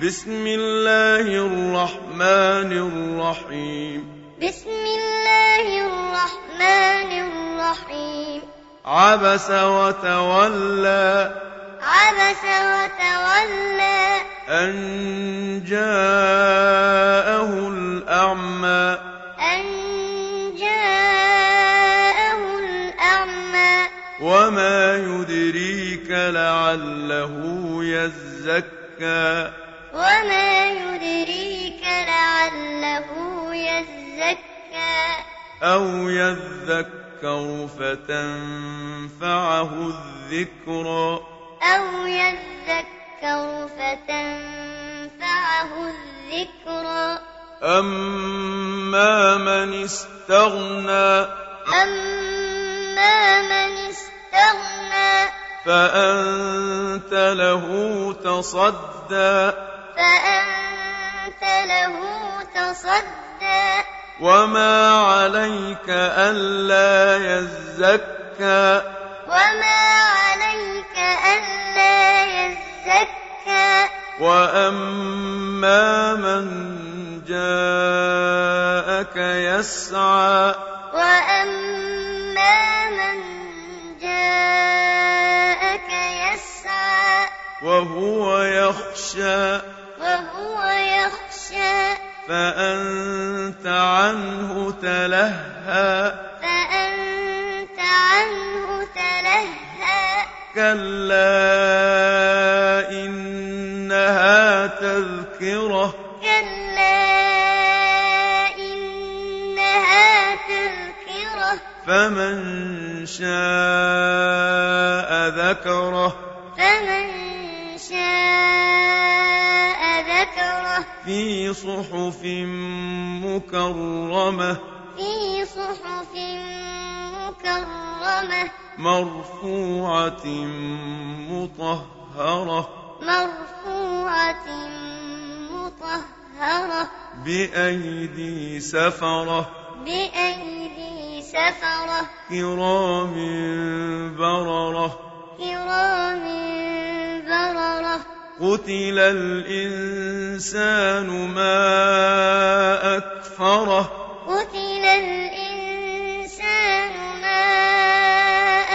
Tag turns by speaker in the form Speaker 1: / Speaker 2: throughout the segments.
Speaker 1: بسم الله الرحمن الرحيم
Speaker 2: بسم الله الرحمن الرحيم
Speaker 1: عبس وتولى
Speaker 2: عبس وتولى
Speaker 1: أن جاءه الأعمى
Speaker 2: أن جاءه الأعمى
Speaker 1: وما يدريك لعله يزكى
Speaker 2: وما يدريك لعله يزكى
Speaker 1: أو يذكر فتنفعه الذكرى
Speaker 2: أو يذكر فتنفعه الذكرى
Speaker 1: أما من استغنى
Speaker 2: أما من استغنى
Speaker 1: فأنت له تصدى
Speaker 2: فأنت له تصدى
Speaker 1: وما عليك ألا يزكى
Speaker 2: وما عليك ألا يزكى
Speaker 1: وأما من جاءك يسعى
Speaker 2: وأما من جاءك يسعى
Speaker 1: وهو يخشى
Speaker 2: وهو يخشى
Speaker 1: فأنت عنه تلهى
Speaker 2: فأنت عنه تلهى
Speaker 1: كلا إنها تذكرة
Speaker 2: كلا إنها تذكرة
Speaker 1: فمن شاء ذكره
Speaker 2: فمن شاء ذكره
Speaker 1: في صحف مكرمة
Speaker 2: في صحف مكرمة
Speaker 1: مرفوعة مطهرة
Speaker 2: مرفوعة مطهرة
Speaker 1: بأيدي سفرة
Speaker 2: بأيدي سفرة
Speaker 1: كرام بررة
Speaker 2: كرام بررة
Speaker 1: قتل الإنسان ما أكفره
Speaker 2: قتل الإنسان ما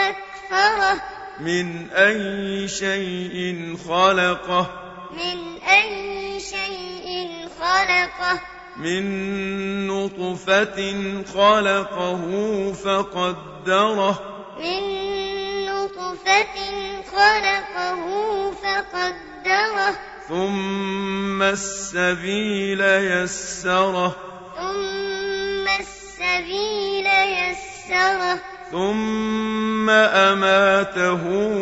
Speaker 2: أكفره
Speaker 1: من أي شيء خلقه
Speaker 2: من أي شيء خلقه
Speaker 1: من نطفة خلقه فقدره
Speaker 2: من نطفة خلقه فقدره
Speaker 1: ثم السبيل يسره
Speaker 2: ثم السبيل يسره
Speaker 1: ثم أماته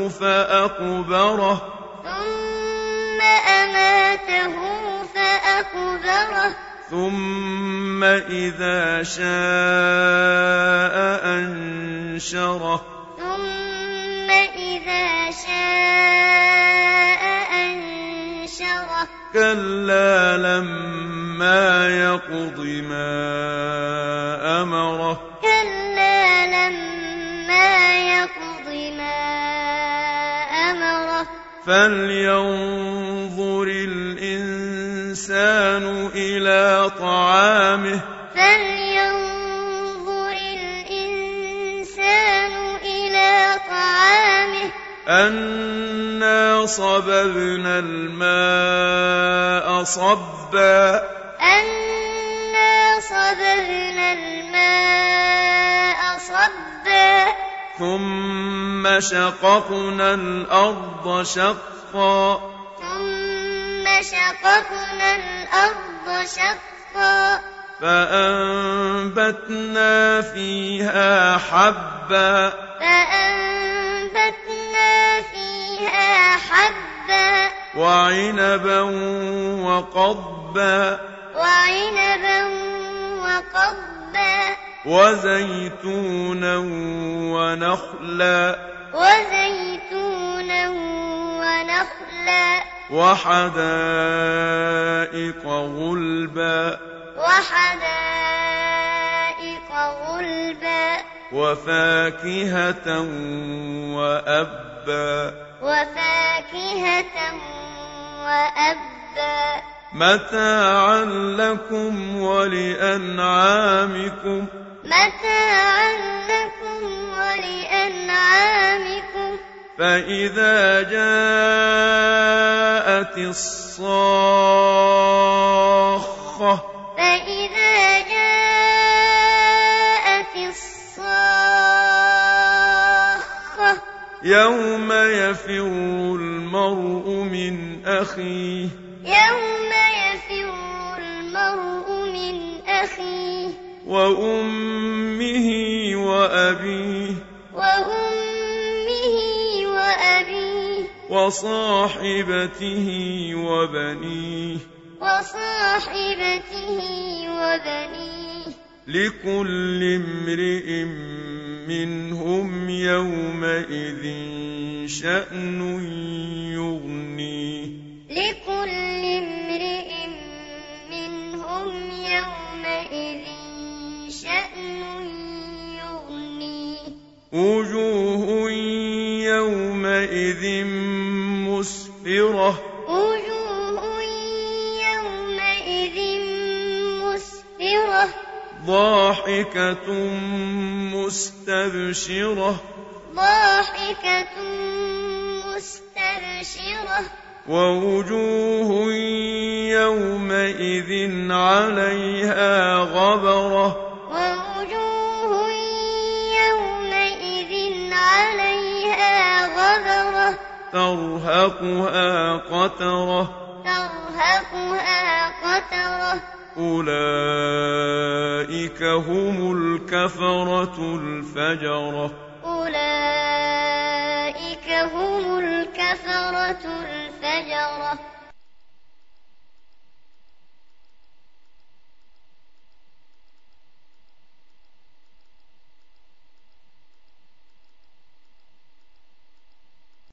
Speaker 1: فأقبره
Speaker 2: ثم أماته فأقبره
Speaker 1: ثم إذا شاء أنشره
Speaker 2: ثم إذا شاء أنشره
Speaker 1: كلا لما يقض ما أمره
Speaker 2: كلا لما يقض ما أمره
Speaker 1: فلينظر الإنسان إلى طعامه
Speaker 2: فلينظر الإنسان إلى طعامه
Speaker 1: أنا صببنا الماء صبا
Speaker 2: أنا صببنا الماء صبا
Speaker 1: ثم شققنا الأرض شقا
Speaker 2: ثم شققنا الأرض شقا
Speaker 1: فأنبتنا فيها حبا
Speaker 2: فأنبتنا فيها حبا
Speaker 1: وعنبا وقضبا
Speaker 2: وعنبا وقضبا
Speaker 1: وزيتونا ونخلا
Speaker 2: وزيتونا ونخلا
Speaker 1: وحدائق غلبا
Speaker 2: وحدائق غلبا
Speaker 1: وفاكهة وأبا
Speaker 2: وفاكهة وأبا حبا
Speaker 1: متاعا لكم ولأنعامكم
Speaker 2: متاعا لكم ولأنعامكم
Speaker 1: فإذا جاءت الصاخة
Speaker 2: فإذا جاءت الصاخة
Speaker 1: يوم يفر المرء من أخيه
Speaker 2: يوم يفر المرء من أخيه
Speaker 1: وأمه وأبيه
Speaker 2: وأمه وأبيه
Speaker 1: وصاحبته وبنيه
Speaker 2: وصاحبته وبنيه
Speaker 1: لكل امرئ منهم يومئذ شأن يغنيه
Speaker 2: لكل امرئ منهم يومئذ شأن يغنيه
Speaker 1: وجوه يومئذ مسفرة
Speaker 2: وجوه يومئذ مسفرة
Speaker 1: ضاحكة مستبشرة
Speaker 2: ضاحكة مستبشرة
Speaker 1: ووجوه يومئذ عليها غبرة
Speaker 2: ووجوه يومئذ عليها غبرة
Speaker 1: ترهقها قترة
Speaker 2: ترهقها قترة
Speaker 1: أولئك هم الكفرة الفجرة
Speaker 2: أولئك هم الكفرة الفجرة